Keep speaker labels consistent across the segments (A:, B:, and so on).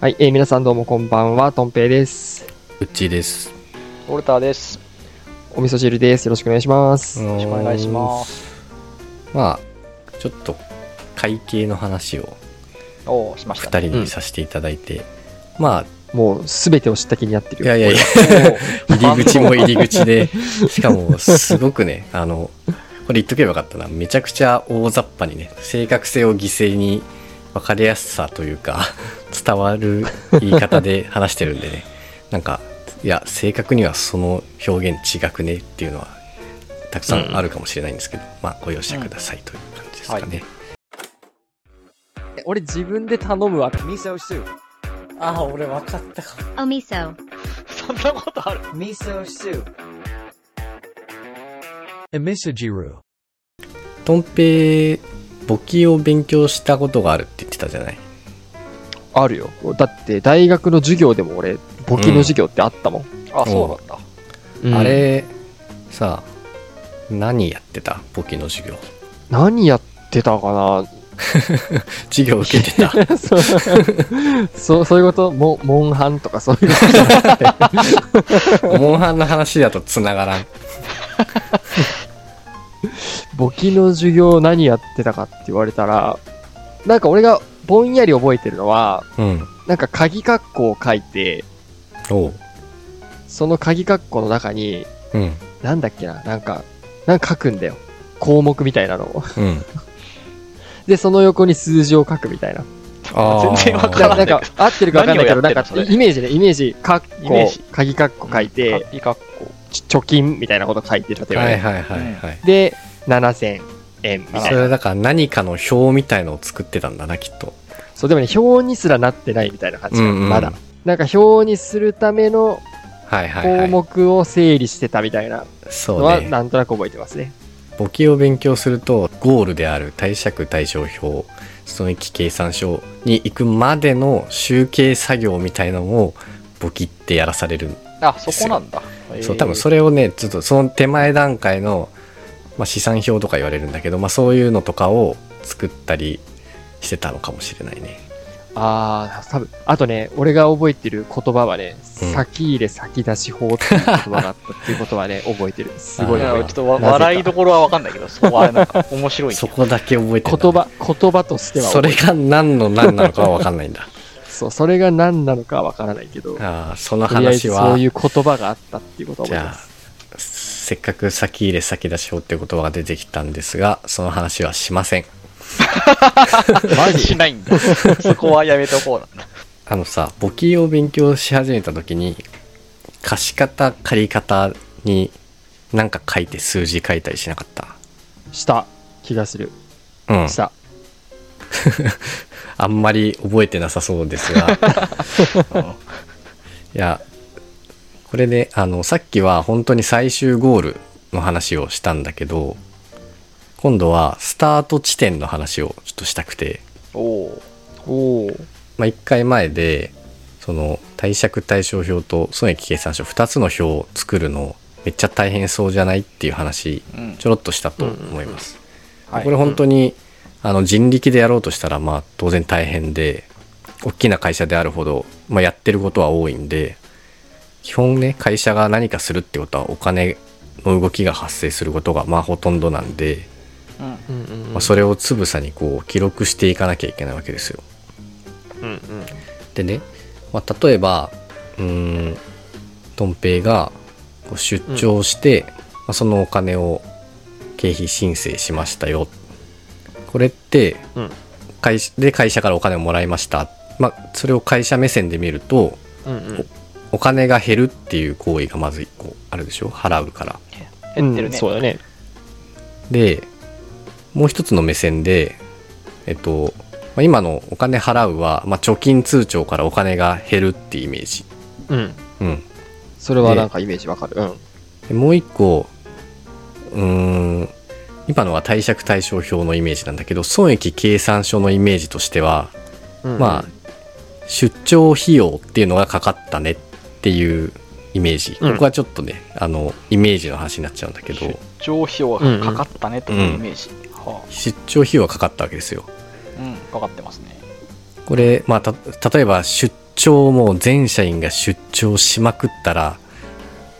A: はい、えー皆さんどうもこんばんは、とんぺいです。
B: うっちーです。
C: ウォルターです。
A: お味噌汁です。よろしくお願いします。
B: よ。
C: よろしくお願いしますす。
B: まあ、ちょっと会計の話を
C: おお、し ましたね。
B: 2人にさせていただいて、ま
A: もうすべてを知った気になって
B: あ、
A: る
B: い
A: よ。
B: やいやいや、入り口も入り口で、しかもすごくね、あの、これ言っとけばよかったな、めちゃくちゃ大雑把にね、正確性を犠牲に分かりやすさというか、伝わる言い方で話してるんでね、なんか、いや、正確にはその表現違くねっていうのは、たくさんあるかもしれないんですけど、まあ、ご容赦くださいという感じですかね。
C: うんはい
A: 俺自分で頼むわ。味噌汁。
D: ああ、俺分かったかも。
E: お味噌。
C: そんなことある
D: 味噌汁。emisojiru.
B: とんぺい、簿記を勉強したことがあるって言ってたじゃない。
A: あるよ。だって大学の授業でも俺、簿記の授業ってあったもん。
C: あ、そうなんだ。
A: うん
B: あれ、さあ、何やってた簿記の授業。
A: 何やってたか
B: 授業受けて た。
A: なそうそうそういうこともモンハンとかそういう こ
B: モンハンの話だと繋がらん。
A: と。簿記の授業何やってたかって言われたら、なんか俺がぼんやり覚えてるのは、
B: うん。
A: なんか鍵括弧を書いて、
B: おう。
A: その鍵括弧の中に、
B: うん。
A: なんだっけな、なんか、なんか書くんだよ。項目みたいなのを。
B: うん。
A: で、その横に数字を書くみたいな。
B: ー
C: 全然わ
A: な
C: か
A: ん
C: ら
A: か、なんか合ってるか分かんないけど、
C: 何
A: なん
C: をや
A: か
C: ってんのそ、れ
A: イメージね、イメージ、かっ
C: イメー
A: こ
C: ジ、
A: 鍵括弧書いて、
C: いい格好。
A: ち貯金みたいなこと書いて、例えば
B: はい
A: ね。
B: はいはいはい。
A: で、7000円みた
B: そ
A: いな。
B: れだから何かの表みたいのを作ってたんだな、きっと。
A: そう、でもね、表にすらなってないみたいな感じが
B: うんうん
A: まだ。なんか、表にするための
B: はいはいは
A: 項
B: い。
A: 目を整理してたみたいなの
B: そ
A: は、
B: うね。
A: なんとなく覚えてますね。
B: 簿記を勉強すると、ゴールである貸借対照表、損益計算書に行くまでの集計作業みたいのを、簿記ってやらされる
C: あ、そこなんだ。
B: そう多分そ
C: れ。
B: れをねちょっとその手前段階の、まあ、資産表とか言われるんだけど、まあ、そういうのとかを作ったりしてたのかもしれないね
A: ああ、多分あとね、俺が覚えてる言葉はね、
B: うん
A: 先入れ先出し法っていう言葉があったっていうことはね、 覚えてる。すごい
C: いや
A: 覚え
C: ちょ
A: て
C: っ
A: る
C: とわ
A: なぜか
C: 笑いどころはわかんないけど、そこはなんか面白いね。
B: そこだけ覚えてんだ
A: 言葉、言葉としては
B: そ
A: 覚え
B: れ
A: てる、
B: が何の何なのかは分かんないんだ
A: そう、それが何なのかはわからないけど、
B: ああその
A: とりあえずそ
B: 話は
A: ういう言葉があったっていうことは
B: じ
A: 覚えて
B: ゃ
A: ま
B: あ
A: す。
B: せっかく先入れ先出し法っていう言葉が出てきたんですがその話はしません
C: マジしないんだ。そこはやめとこうなんだ。
B: あのさ簿記を勉強し始めた時に貸し方借り方に何か書いて数字書いたりしなかった
A: した気がする。
B: うん
A: した。
B: あんまり覚えてなさそうですが。 いや、これね、あの、さっきは本当に最終ゴールの話をしたんだけど、今度はスタート地点の話をちょっとしたくて、
C: おお。
A: おー
B: まあ、1回前で、その、貸借対照表と損益計算書2つの表を作るの、めっちゃ大変そうじゃないっていう話、
C: うん。
B: ちょろっとしたと思います。
A: はい
B: これ本当に、あの人力でやろうとしたらまあ当然大変で大きな会社であるほど、まあ、やってることは多いんで基本ね会社が何かするってことはお金の動きが発生することがまあほとんどなんで、
C: うん。
A: うんうんうん
B: まあ、それをつぶさにこう記録していかなきゃいけないわけですよ。
A: うんうん
B: でね、まあ、例えばうーんとん平がこう出張して、まあ、そのお金を経費申請しましたよこれって、
A: うん
B: 会社で会社からお金をもらいました、まあ、それを会社目線で見ると
A: うんうん
B: お金が減るっていう行為がまず1個あるでしょ払うから
C: 減ってる
A: うん
C: ね。
A: そうだね。
B: でもう一つの目線でえっと、まあ、今のお金払うは、まあ、貯金通帳からお金が減るっていうイメージ
A: うん。
B: うん
A: それはなんかイメージわかる。うん。
B: でもう一個、うーん、今のは貸借対照表のイメージなんだけど、損益計算書のイメージとしては、
A: うんうん
B: まあ、出張費用っていうのがかかったねっていうイメージ。
A: うん
B: ここはちょっとね、あの、イメージの話になっちゃうんだけど、
C: 上費用がかかったねというイメージ。は
B: 出張費用がかかったわけですよ。
C: あうん。かかってますね。
B: これ、まあ、た例えば出張をもう全社員が出張しまくったら、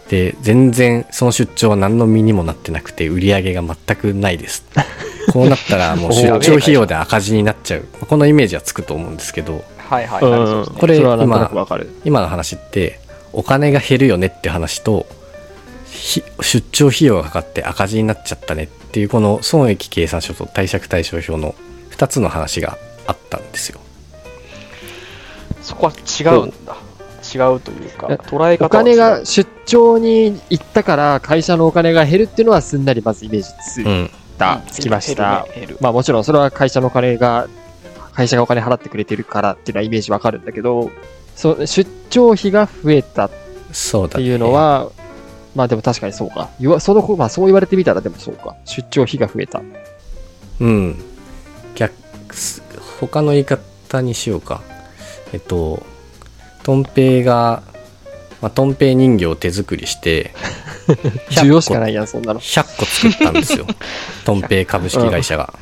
B: で、全然その出張は何の身にもなってなくて売り上げが全くな いです。こうなったらもう出張費用で赤字になっちゃう。このイメージはつくと思うんですけど、
C: はいはいはい、そううんですね。
B: これ
A: それはなんとなくわかる。
B: 今の話ってお金が減るよねって話とひ出張費用がかかって赤字になっちゃったねっていうこの損益計算書と貸借対照表の2つの話があったんですよ
C: そこは違うんだ。違うというか、
A: いや
C: 捉え方は違う
A: お金が、出張に行ったから会社のお金が減るっていうのはすんなりまずイメージつい
B: うん
A: た、つきました。
C: 減るね。減る
A: まあもちろんそれは会社のお金が、会社がお金払ってくれてるからっていうのはイメージわかるんだけど、そう出張費が増えたっ
B: そうだ
A: て
B: ね
A: いうのは、まあでも確かにそうか。言わその子、まあそう言われてみたらでもそうか。出張費が増えた。
B: うん逆す他の言い方にしようかえっととんぺいがまあとんぺい人形を手作りして
A: 需要しかないやん、そんなの。
B: 100個作ったんですよとんぺい株式会社が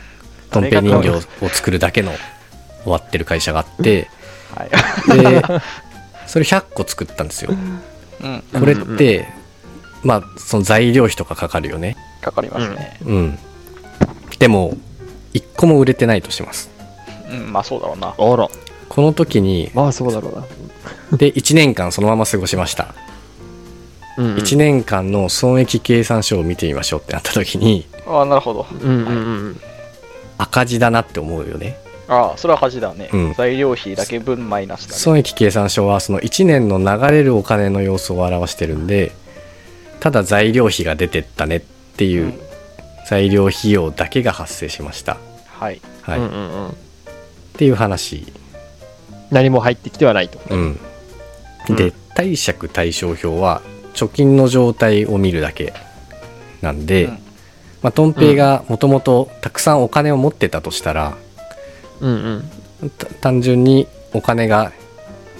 B: とんぺい人形を作るだけの終わってる会社があって
C: はい。
B: でそれ100個作ったんですよ
C: うん。
B: これっ
A: うん
B: てまあその材料費とかかかるよね
C: かかりますね。
B: うんでも1個も売れてないとします
C: うん、まあそうだろうな。
A: あら。
B: この時に
A: まあそうだろうな。
B: で1年間そのまま過ごしました
A: うん
B: 1年間の損益計算書を見てみましょうってなった時に
C: ああ、なるほど。
A: うんうんうん。
B: 赤字だなって思うよね
C: ああ、それは恥だね。
B: うん
C: 材料費だけ分マイナスだね。
B: 損益計算書はその1年の流れるお金の様子を表してるんでただ材料費が出てったねっていううん材料費用だけが発生しました、
C: はい。
B: はい
A: うん
B: っ
A: うんうん
B: ていう話、
A: 何も入ってきてはないと。
B: うん、
A: うん
B: で貸借対照表は貯金の状態を見るだけなんで、
C: うん
B: まあ、トンペイがもともとたくさんお金を持ってたとしたら、
A: うんうん。
B: た単純にお金が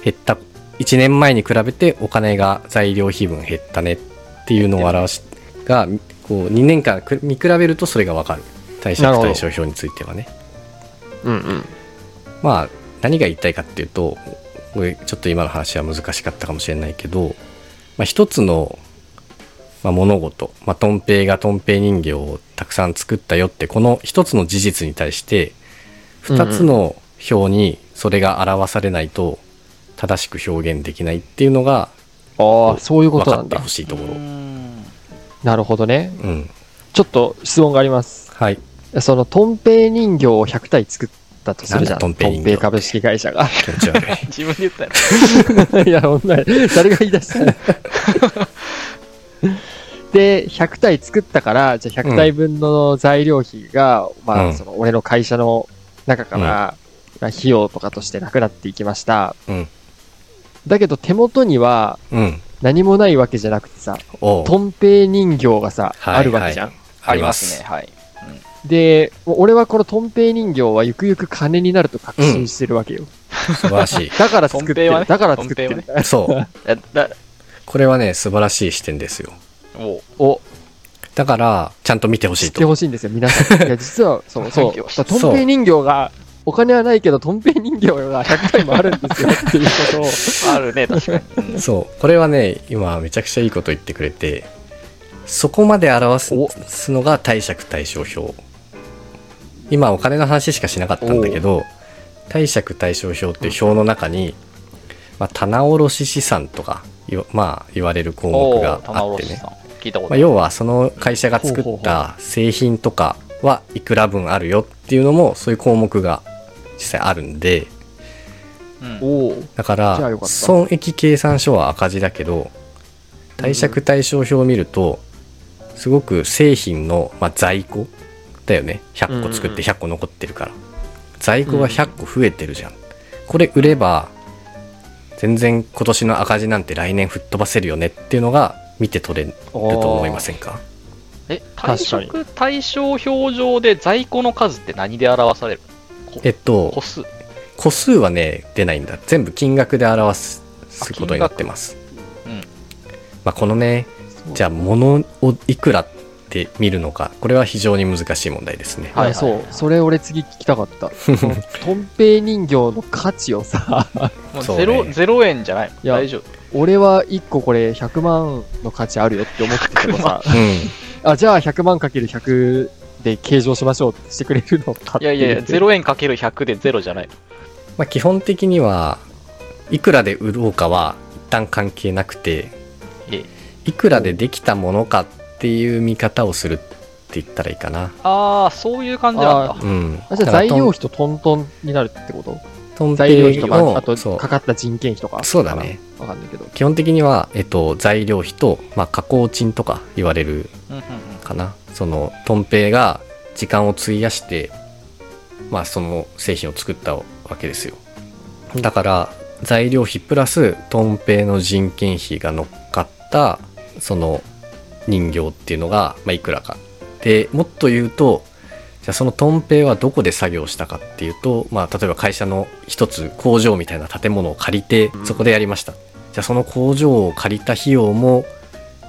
B: 減った1年前に比べてお金が材料費分減ったねっていうのを表しがこう2年間く見比べるとそれがわかる対
A: な
B: 借
A: るほど
B: 対照表についてはね
A: うんうん。
B: まあ何が言いたいかっていうとこれちょっと今の話は難しかったかもしれないけど、まあ、一つの、まあ、物事、まあ、トンペイがトンペイ人形をたくさん作ったよってこの一つの事実に対して
A: うんうん
B: 二つの表にそれが表されないと正しく表現できないっていうのが
A: ああ、そういうこ
B: 分
A: と
B: か
A: な
B: っ
A: ん
B: て
A: だ
B: ほ。しいところ。
C: うん
A: なるほどね。
B: うん。
A: ちょっと質問があります。
B: はい。
A: その、トンペイ人形を100体作ったとするじゃん。
B: なんだトンペイ人形
A: トンペイ株式会社が。
B: 気持ち悪い。
C: 自分で言ったよね。
A: いや、ほんまに誰が言い出したの で、100体作ったから、じゃあ100体分の材料費が、ま
B: う
A: あ、
B: ん
A: その、俺の会社の中から、まあ費用とかとしてなくなっていきました。
B: うん。
A: だけど、手元には
B: うん。
A: 何もないわけじゃなくてさ、
B: おう
A: トンペイ人形がさ、
B: はい
A: あるわけじゃん。
C: ありますね。。はい。
A: で、もう俺はこのトンペイ人形はゆくゆく金になると確信してるわけよ。
B: 素晴らしい。
A: だから作って
C: トンペイ
A: る、
C: はね
A: だから作ってる。
C: トンペ
B: そう。
C: えだ
B: これはね、素晴らしい視点ですよ。
C: おう
A: を
B: だから、ちゃんと見てほ
A: 知
B: し
A: っ
B: い
A: て
B: と。
A: ほしいんですよ、皆さ ん。いや、実は、そう、そう。
C: 人形
A: だからトンペイ人形が、お金はないけど、トンペイ人形が100回もあるんですよ、っていうことを。
C: あるね、確か に。うん
B: そう。これはね、今、めちゃくちゃいいこと言ってくれて、そこまで表す
A: お
B: すのが貸借対照表。今、お金の話しかしなかったんだけど、貸借対照表っていう表の中に、まあ、棚卸資産とか、いわまあ、言われる項目
C: お
B: が
C: う、棚
B: あって
C: 卸し
B: ね
C: さん。。聞いたこ
B: ま
C: と
B: あ、
C: ない。
B: 要は、その会社が
A: ほう
B: 作っ
A: ほうほ
B: た製品とかはいくら分あるよっていうのも、そういう項目が実際あるんで、
C: うん
A: おお。
B: だか
A: じゃあ
B: ら
A: よかった
B: 損益計算書は赤字だけど貸借対照表を見るとすごく製品の、まあ、在庫だよね100個作
A: う
B: っ
A: んうん
B: て100個残ってるから、在庫が100個増えてるじゃん、これ売れば全然今年の赤字なんて来年吹っ飛ばせるよねっていうのが見て取れると思いませんか
C: え、退
A: 確かに
C: 職対象表上で在庫の数って何で表される
B: えっ
C: 個
B: と
C: 数
B: 個数はね出ないんだ全部金額で表すことになってます、
C: 金額うん
B: まあ、このねじ
A: ゃ
B: ゃあ物をいくらってみるのか、これは非常に難しい問題ですね。
A: はい、そう。それ俺次聞きたか った。そのとんぺい人形の価値をさ、
C: もう
B: そう
C: ゼロ、
B: ね
C: ゼロ円じゃないもん
A: いや
C: 大丈夫。
A: 俺は1個これ100万の価値あるよって思っててもさ、
B: う
A: あ、じゃあ100万かける100で計上しましょうってしてくれるのかっ
C: い
A: て
C: や
A: う
C: いやいや、 ゼロ円かける100でゼロじゃない。
B: ん。まあ、基本的には、いくらで売ろうかは一旦関係なくて、
C: いえ
B: いくらでできたものかっていう見方をするって言ったらいいかな。
C: ああ、そういう感じなんだ
A: あ。
B: うん。
A: あじゃあ材料費とトントンになるってこと
B: トン
A: 材料費
B: ペイ
A: とか、
B: を
A: あと
B: そう
A: かかった人件費とか。
B: そうだね。
A: わかんないけど。
B: 基本的には、えっと、材料費と、まあ、加工賃とか言われる
C: うんうんうん
B: かなそのトンペイが時間を費やしてまあその製品を作ったわけですよだから材料費プラストンペイの人件費が乗っかったその人形っていうのが、まあ、いくらかでもっと言うとじゃあそのトンペイはどこで作業したかっていうと、まあ、例えば会社の一つ工場みたいな建物を借りてそこでやりました、じゃあその工場を借りた費用も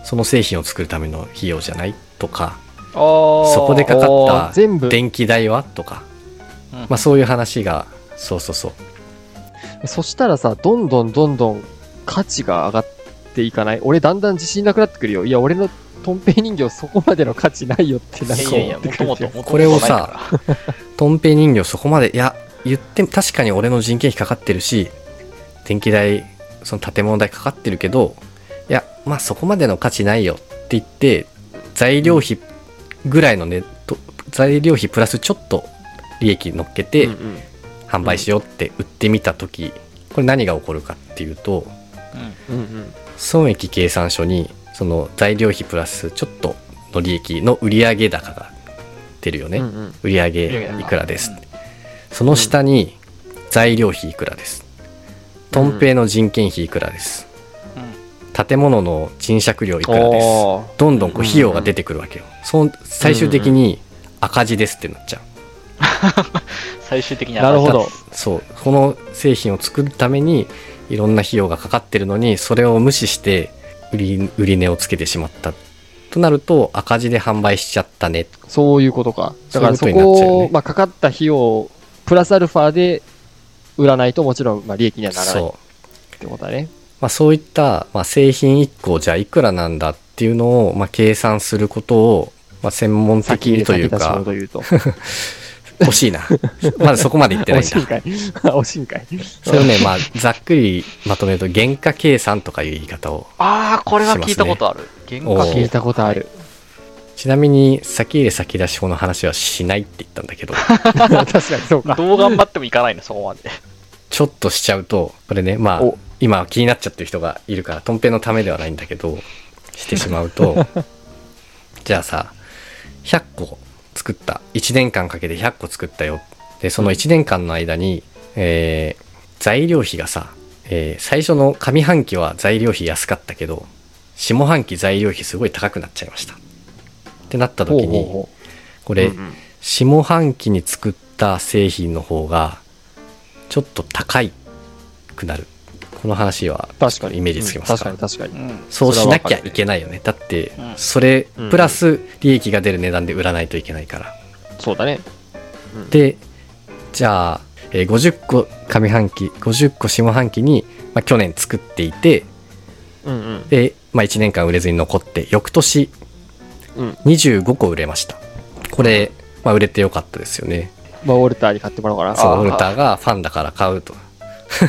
B: その製品を作るための費用じゃないとか
C: あー
B: そこでかか
A: お
B: った
A: ー全部、
B: 電気代はとか、
C: うん
B: まあ、そういう話がそうそうそう
A: そしたらさ、どんどんどんどん価値が上がっていかない。俺だんだん自信なくなってくるよ。いや、俺のトンペイ人形そこまでの価値ないよってなん
C: い
A: か
C: やい
A: 思
C: やい
A: っ
C: や、
A: て
C: も
A: く
C: と
A: るよ
C: もと、もともと
B: これをさトンペイ人形そこまでいや言っても確かに俺の人件費かかってるし電気代その建物代かかってるけどいやまあそこまでの価値ないよって言って材料費ぐらいのね、と材料費プラスちょっと利益乗っけて、
A: うんうん
B: 販売しようって売ってみた時これ何が起こるかっていうと
C: うん
A: うんうん
B: 損益計算書にその材料費プラスちょっとの利益の売上高が出るよね、
A: うんうん
B: 売上いくらです、その下に材料費いくらですとんぺいの人件費いくらです、建物の賃借料いくらです
A: おー
B: どんどんこう費用が出てくるわけよ、そう最終的に赤字ですってなっちゃう
C: 最終的に
A: なるほど。
B: そうこの製品を作るためにいろんな費用がかかってるのにそれを無視して売り売り値をつけてしまったとなると赤字で販売しちゃったね
A: そういうことか。だから
B: そ
A: そう
B: いうことになっちゃうよ
A: こ
B: ね
A: を、まあ、かかった費用、プラスアルファで売らないともちろん、まあ、利益にはならないっ
B: そう
A: てことだね。
B: まあ、そういった、まあ、製品1個じゃあいくらなんだっていうのを、まあ、計算することを、まあ、専門的
A: 先
B: に
A: に
B: とい
A: 先
B: う
A: 出し
B: か
A: 物言うと。
B: 惜しいな まだそこまでいってない
A: 惜
B: ん
A: しいん
B: だ
A: かい。惜しいん かい。
B: それをね、まあ、ざっくりまとめると原価計算とかいう言い方を
C: ああ、これは聞いたことある。原価
A: 聞いたことあ る。
B: ちなみに先入れ先出し法の話はしないって言ったんだけど
A: 確かにそうか。
C: どう頑張ってもいかないの、そこまで。
B: ちょっとしちゃうと、これね、まあ
A: お、
B: 今気になっちゃってる人がいるから、トンペのためではないんだけど、してしまうと、 じゃあさ、100個作った。1年間かけて100個作ったよ。で、その1年間の間に、えー材料費がさ、えー最初の上半期は材料費安かったけど、下半期材料費すごい高くなっちゃいました。ってなった
A: ほう
B: 時
A: ほう
B: に、
A: ほう
B: これ
A: う、ん
B: 下半期に作った製品の方がちょっと高いくなるこの話は
A: 確かに。
B: イメージつきますか
A: うん確かに確かに。
C: ん。
B: そうしなきゃいけないよねだって
C: うん
B: それ
A: うん
B: プラス利益が出る値段で売らないといけないから
A: そうだね。
B: でじゃあえー50個上半期50個下半期に、まあ、去年作っていて
A: うんうん。
B: で、まあ、1年間売れずに残って翌年
A: うん
B: 25個売れましたこれ、まあ、売れてよかったですよね
A: まあ、ウォルターに買ってもらおうかな。
B: そ
A: あ
B: う、
A: ー
B: ウルターがファンだから買うと。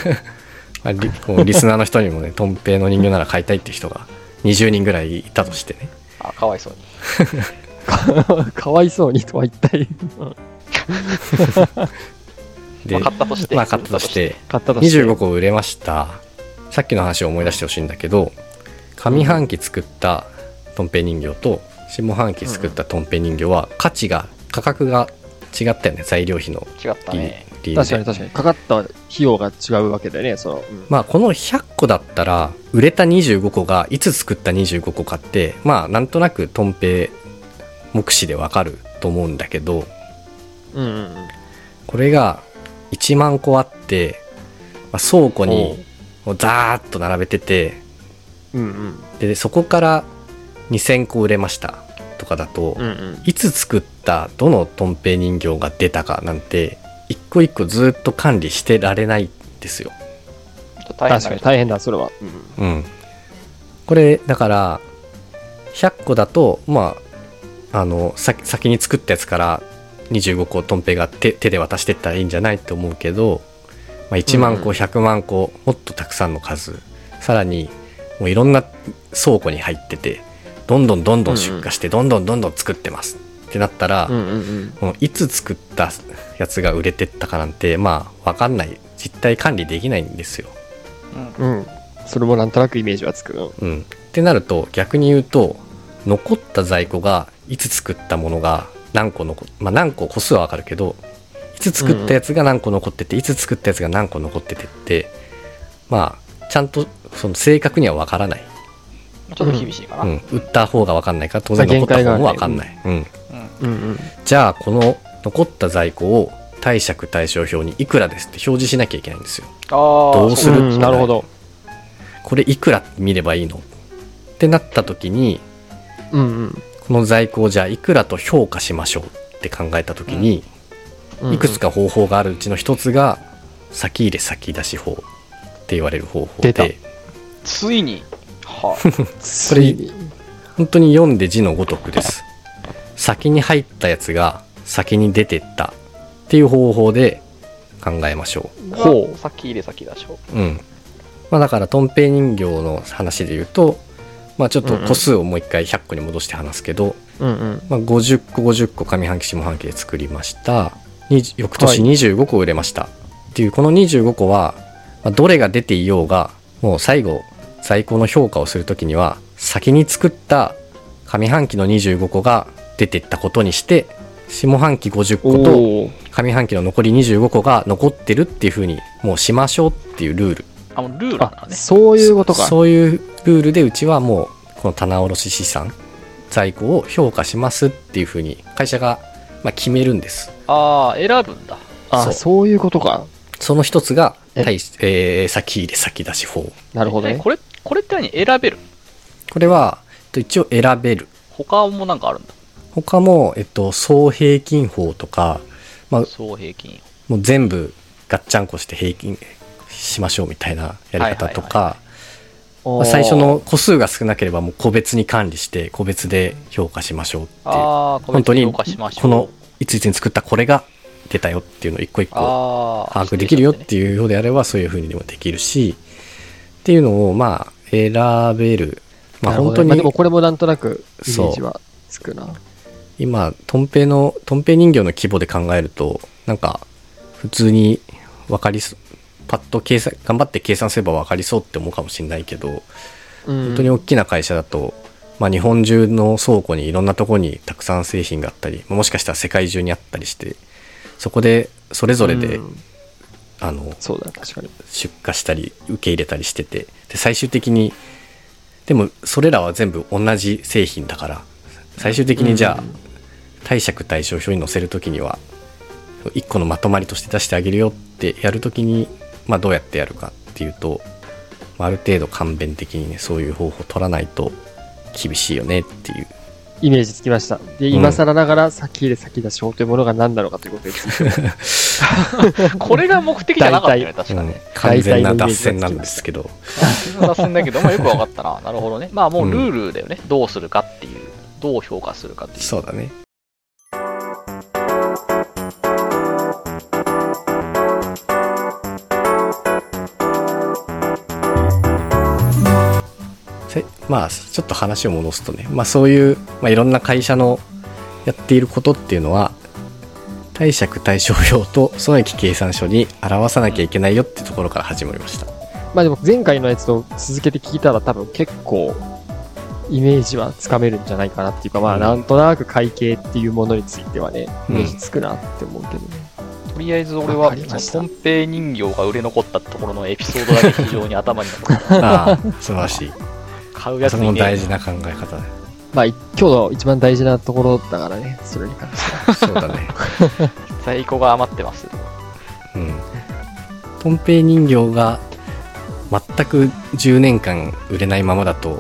B: まあリこうリスナーの人にもね、トンペイの人形なら買いたいっていう人が20人ぐらいいたとしてね。
C: あ、かわいそう に。
A: かわいそうにとは一体
B: で、
C: まあ買ったとして
B: まあ買ったとして、
A: 買ったとして。
B: 25個売れました。さっきの話を思い出してほしいんだけど、上半期作ったトンペイ人形と下半期作ったトンペイ人形は価値が、価格が違ったよね、材料費の
C: 違った
B: 理
C: ね。
B: 理由で
A: 確かに確かに。かかった費用が違うわけだよね。その、うん
B: まあこの100個だったら売れた25個がいつ作った25個かってまあなんとなくトンペ目視でわかると思うんだけど
A: うんうんうん。
B: これが1万個あって、まあ、倉庫にもうザーッと並べてて
A: うんうん。
B: でそこから2000個売れましたととかだと、
A: うんうん。
B: いつ作ったどのトンペイ人形が出たかなんて一個一個ずっと管理してられないんですよ。
C: ちょっと大変
A: 確か
C: だけ
A: に
C: ど。
A: 大変だ、それは。うん
B: うん、これだから100個だとまああのさ先に作ったやつから25個トンペが手手で渡してったらいいんじゃないと思うけど、まあ、1万個
A: うん
B: 100万個もっとたくさんの数さらにもういろんな倉庫に入っててどんどんどんどん出荷してどんどんどんどん作ってますってなったら、
A: うんうんうん。
B: このいつ作ったやつが売れてったかなんてまあ分かんない実態管理できないんですよ。
C: うん
A: うん。それもなんとなくイメージはつく。うん
B: うん、ってなると逆に言うと残った在庫がいつ作ったものが何個残まあ何個個数はわかるけどいつ作ったやつが何個残ってて、いつ作ったやつが何個残っててってまあちゃんとその正確にはわからない、
C: ちょっと厳しいかな。
B: う
C: うん
B: ん、売った方がわかんないから当然
A: まあ
B: 残った方もわ
A: 限界があ
B: か
A: る
B: ん
A: ね
B: ない、うん、
A: うん
B: じゃあこの残った在庫を貸借対照表にいくらですって表示しなきゃいけないんですよ
C: ああ、
B: どうする
C: そ
A: うん。なるほど。
B: これいくらって見ればいいのってなった時に
A: うんうん
B: この在庫をじゃあいくらと評価しましょうって考えた時に、
A: うん。
B: いくつか方法があるうちの一つが先入れ先出し法って言われる方法
A: 出た
B: で
C: ついに。は
A: それ、
B: 本当に読んで字のごとくです先に入ったやつが先に出てったっていう方法で考えましょ
C: あ、
A: ほう
C: 先入れ先出しょ。
B: ううんまあだからとんぺい人形の話で言うとまあちょっと個数をもう一回100個に戻して話すけど、
A: うんうん。
B: まあ、50個50個上半期下半期で作りました20翌年
A: は
B: 25個売れました、っていうこの25個は、まあ、どれが出ていようがもう最後在庫の評価をするときには先に作った上半期の25個が出てったことにして下半期50個と
A: おお。
B: 上半期の残り25個が残ってるっていうふうにもうしましょうっていうルール
C: あ、もうルールな
A: あ
C: の、ね。
A: そういうことか。
B: そういうルールでうちはもうこの棚卸資産在庫を評価しますっていうふうに会社がまあ決めるんです
C: ああ、選ぶんだ。
B: そう
A: あ、そういうことか。
B: その一つが
A: え
B: 対し、えー先入れ先出し法
A: なるほど
C: え
A: ね。
C: これ、これって何選べる
B: これはえっと一応選べる
C: 他もなんかあるんだ。
B: 他も、えっと、総平均法とか、まあ、
C: 総平均。
B: もう全部ガッチャンコして平均しましょうみたいなやり方とかま
A: お
B: あ
A: ー
B: 最初。の個数が少なければもう個別に管理して個別で評価しましょうっていう
C: ああ、
B: 本当に
C: 評
B: こ
C: 価しましょう。
B: のいついつに作ったこれが出たよっていうのを一個一個
C: ああ、
B: 把握できるよっ
C: 指定者
B: ていうようであればそういうふうにでもできるしっていうのをまあ選べるまあ
A: なるほ
B: 本
A: ど
B: 当
A: ねまあでも
B: に
A: これもなんとなくイメ
B: そう
A: ージはつくな。
B: 今とんぺいのとんぺい人形の規模で考えるとなんか普通に分かりそパッと計算頑張って計算すれば分かりそうって思うかもしれないけど
A: 本
B: 本当に大きな会社だと、まあ、日本中の倉庫にいろんなところにたくさん製品があったりもしかしたら世界中にあったりしてそこでそれぞれで、
A: うん
B: あの
A: そうだ、確かに。
B: 出荷したり受け入れたりしててで最終的にでもそれらは全部同じ製品だから最終的にじゃあ、
A: うん
B: 貸借対照表に載せるときには1個のまとまりとして出してあげるよってやるときに、まあ、どうやってやるかっていうと、まあ、ある程度勘弁的にねそういう方法取らないと厳しいよねっていう
A: イメージつきました。で、
B: うん
A: 今更ながら先入れ先出し法というものが何なのかということです。
C: これが目的じゃなかった よね、確か
B: うん
C: ね。
B: 完全な脱線なんですけど
C: 脱線だけど、まあよく分かったな。なるほどね。まあもうルールだよね。どうするかっていう。どう評価するかっていう。
B: そうだねせまあちょっと話を戻すとね、まあ、そういう、まあ、いろんな会社のやっていることっていうのは貸借対照表と損益計算書に表さなきゃいけないよってところから始まりま した
A: まあでも前回のやつと続けて聞いたら多分結構イメージはつかめるんじゃないかなっていうか、ま
B: う
A: あ
B: ん
A: なんとなく会計っていうものについてはね、
B: う
A: イ
B: ん
A: メージつくなって思うけど、
C: とりあえず俺
A: わ
C: は
A: かりまし、た
C: その、ペイ人形が売れ残ったところのエピソードだけ非常に頭に残る。
B: ああ素晴らしい
C: 買うやつ
B: そ
C: に
B: の
C: ねえ
B: 大
C: な
B: 事な考え方だ
A: まあい今日の一番大事なところだからね、それに関しては。
B: そうだね
C: 在庫が余ってます。
B: うん。ポンペイ人形が全く10年間売れないままだと、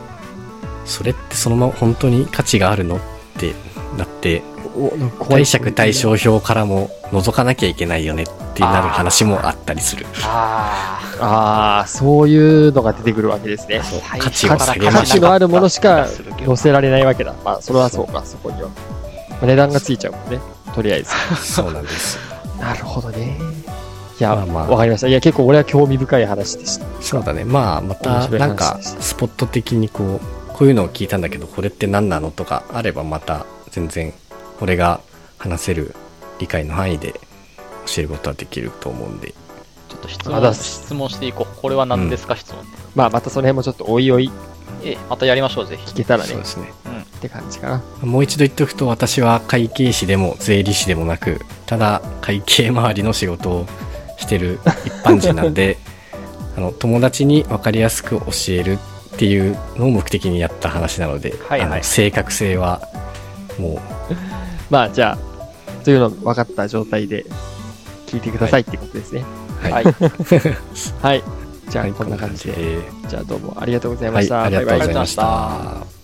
B: それってそのまま本当に価値があるのってなって、
A: おなんか怖い
B: 貸借対照表からも覗かなきゃいけないよねってなる話もあったりする。
C: あ
A: ああそういうのが出てくるわけですね
B: そう
C: 最
B: 価
C: 初
B: 値
A: 価
B: を
C: から
B: 下
A: 値
B: げ
A: 価
B: ま
A: 値
B: し
A: の
B: た。
A: あるものしか載せられないわけだまあそれは
B: そ
A: そううかそこにはまあ値段がついちゃうもんねとりあえず
B: そうなんです。
A: なるほどねいや、
B: まあまあ
A: わかりましたいや結構俺は興味深い話でした
B: そうだね。まあ、ま
A: 面
B: た、
A: 白い
B: なんか、
A: 話です
B: スポット的にこう、こういうのを聞いたんだけど、これって何なのとかあれば、また、全然、俺が話せる理解の範囲で教えることはできると思うんで。
C: ちょっと質
A: あだ
C: 問質問していこう。これは何ですか、質問。
A: まあまたその辺もちょっとおいおい
C: ええ、またやりましょう、ぜひ。
A: 聞けたら
B: そ
A: ね
B: うですね。
A: って感じかな
B: もう一度言っておくと私は会計士でも税理士でもなくただ会計周りの仕事をしてる一般人なんで あの友達に分かりやすく教えるっていうのを目的にやった話なので、
C: はいはい
B: あの正確性はも
A: まあじゃあというのを分かった状態で聞いてくださいってことですね
B: う、
C: はい。
A: はい、じゃ
B: は
A: あ
B: い
A: こんな感じで
B: こんな感じで
A: じゃあどうもありがとうございま
B: は
A: し
B: い
A: た、
B: ありがとうございまし
C: バイバイ
B: た。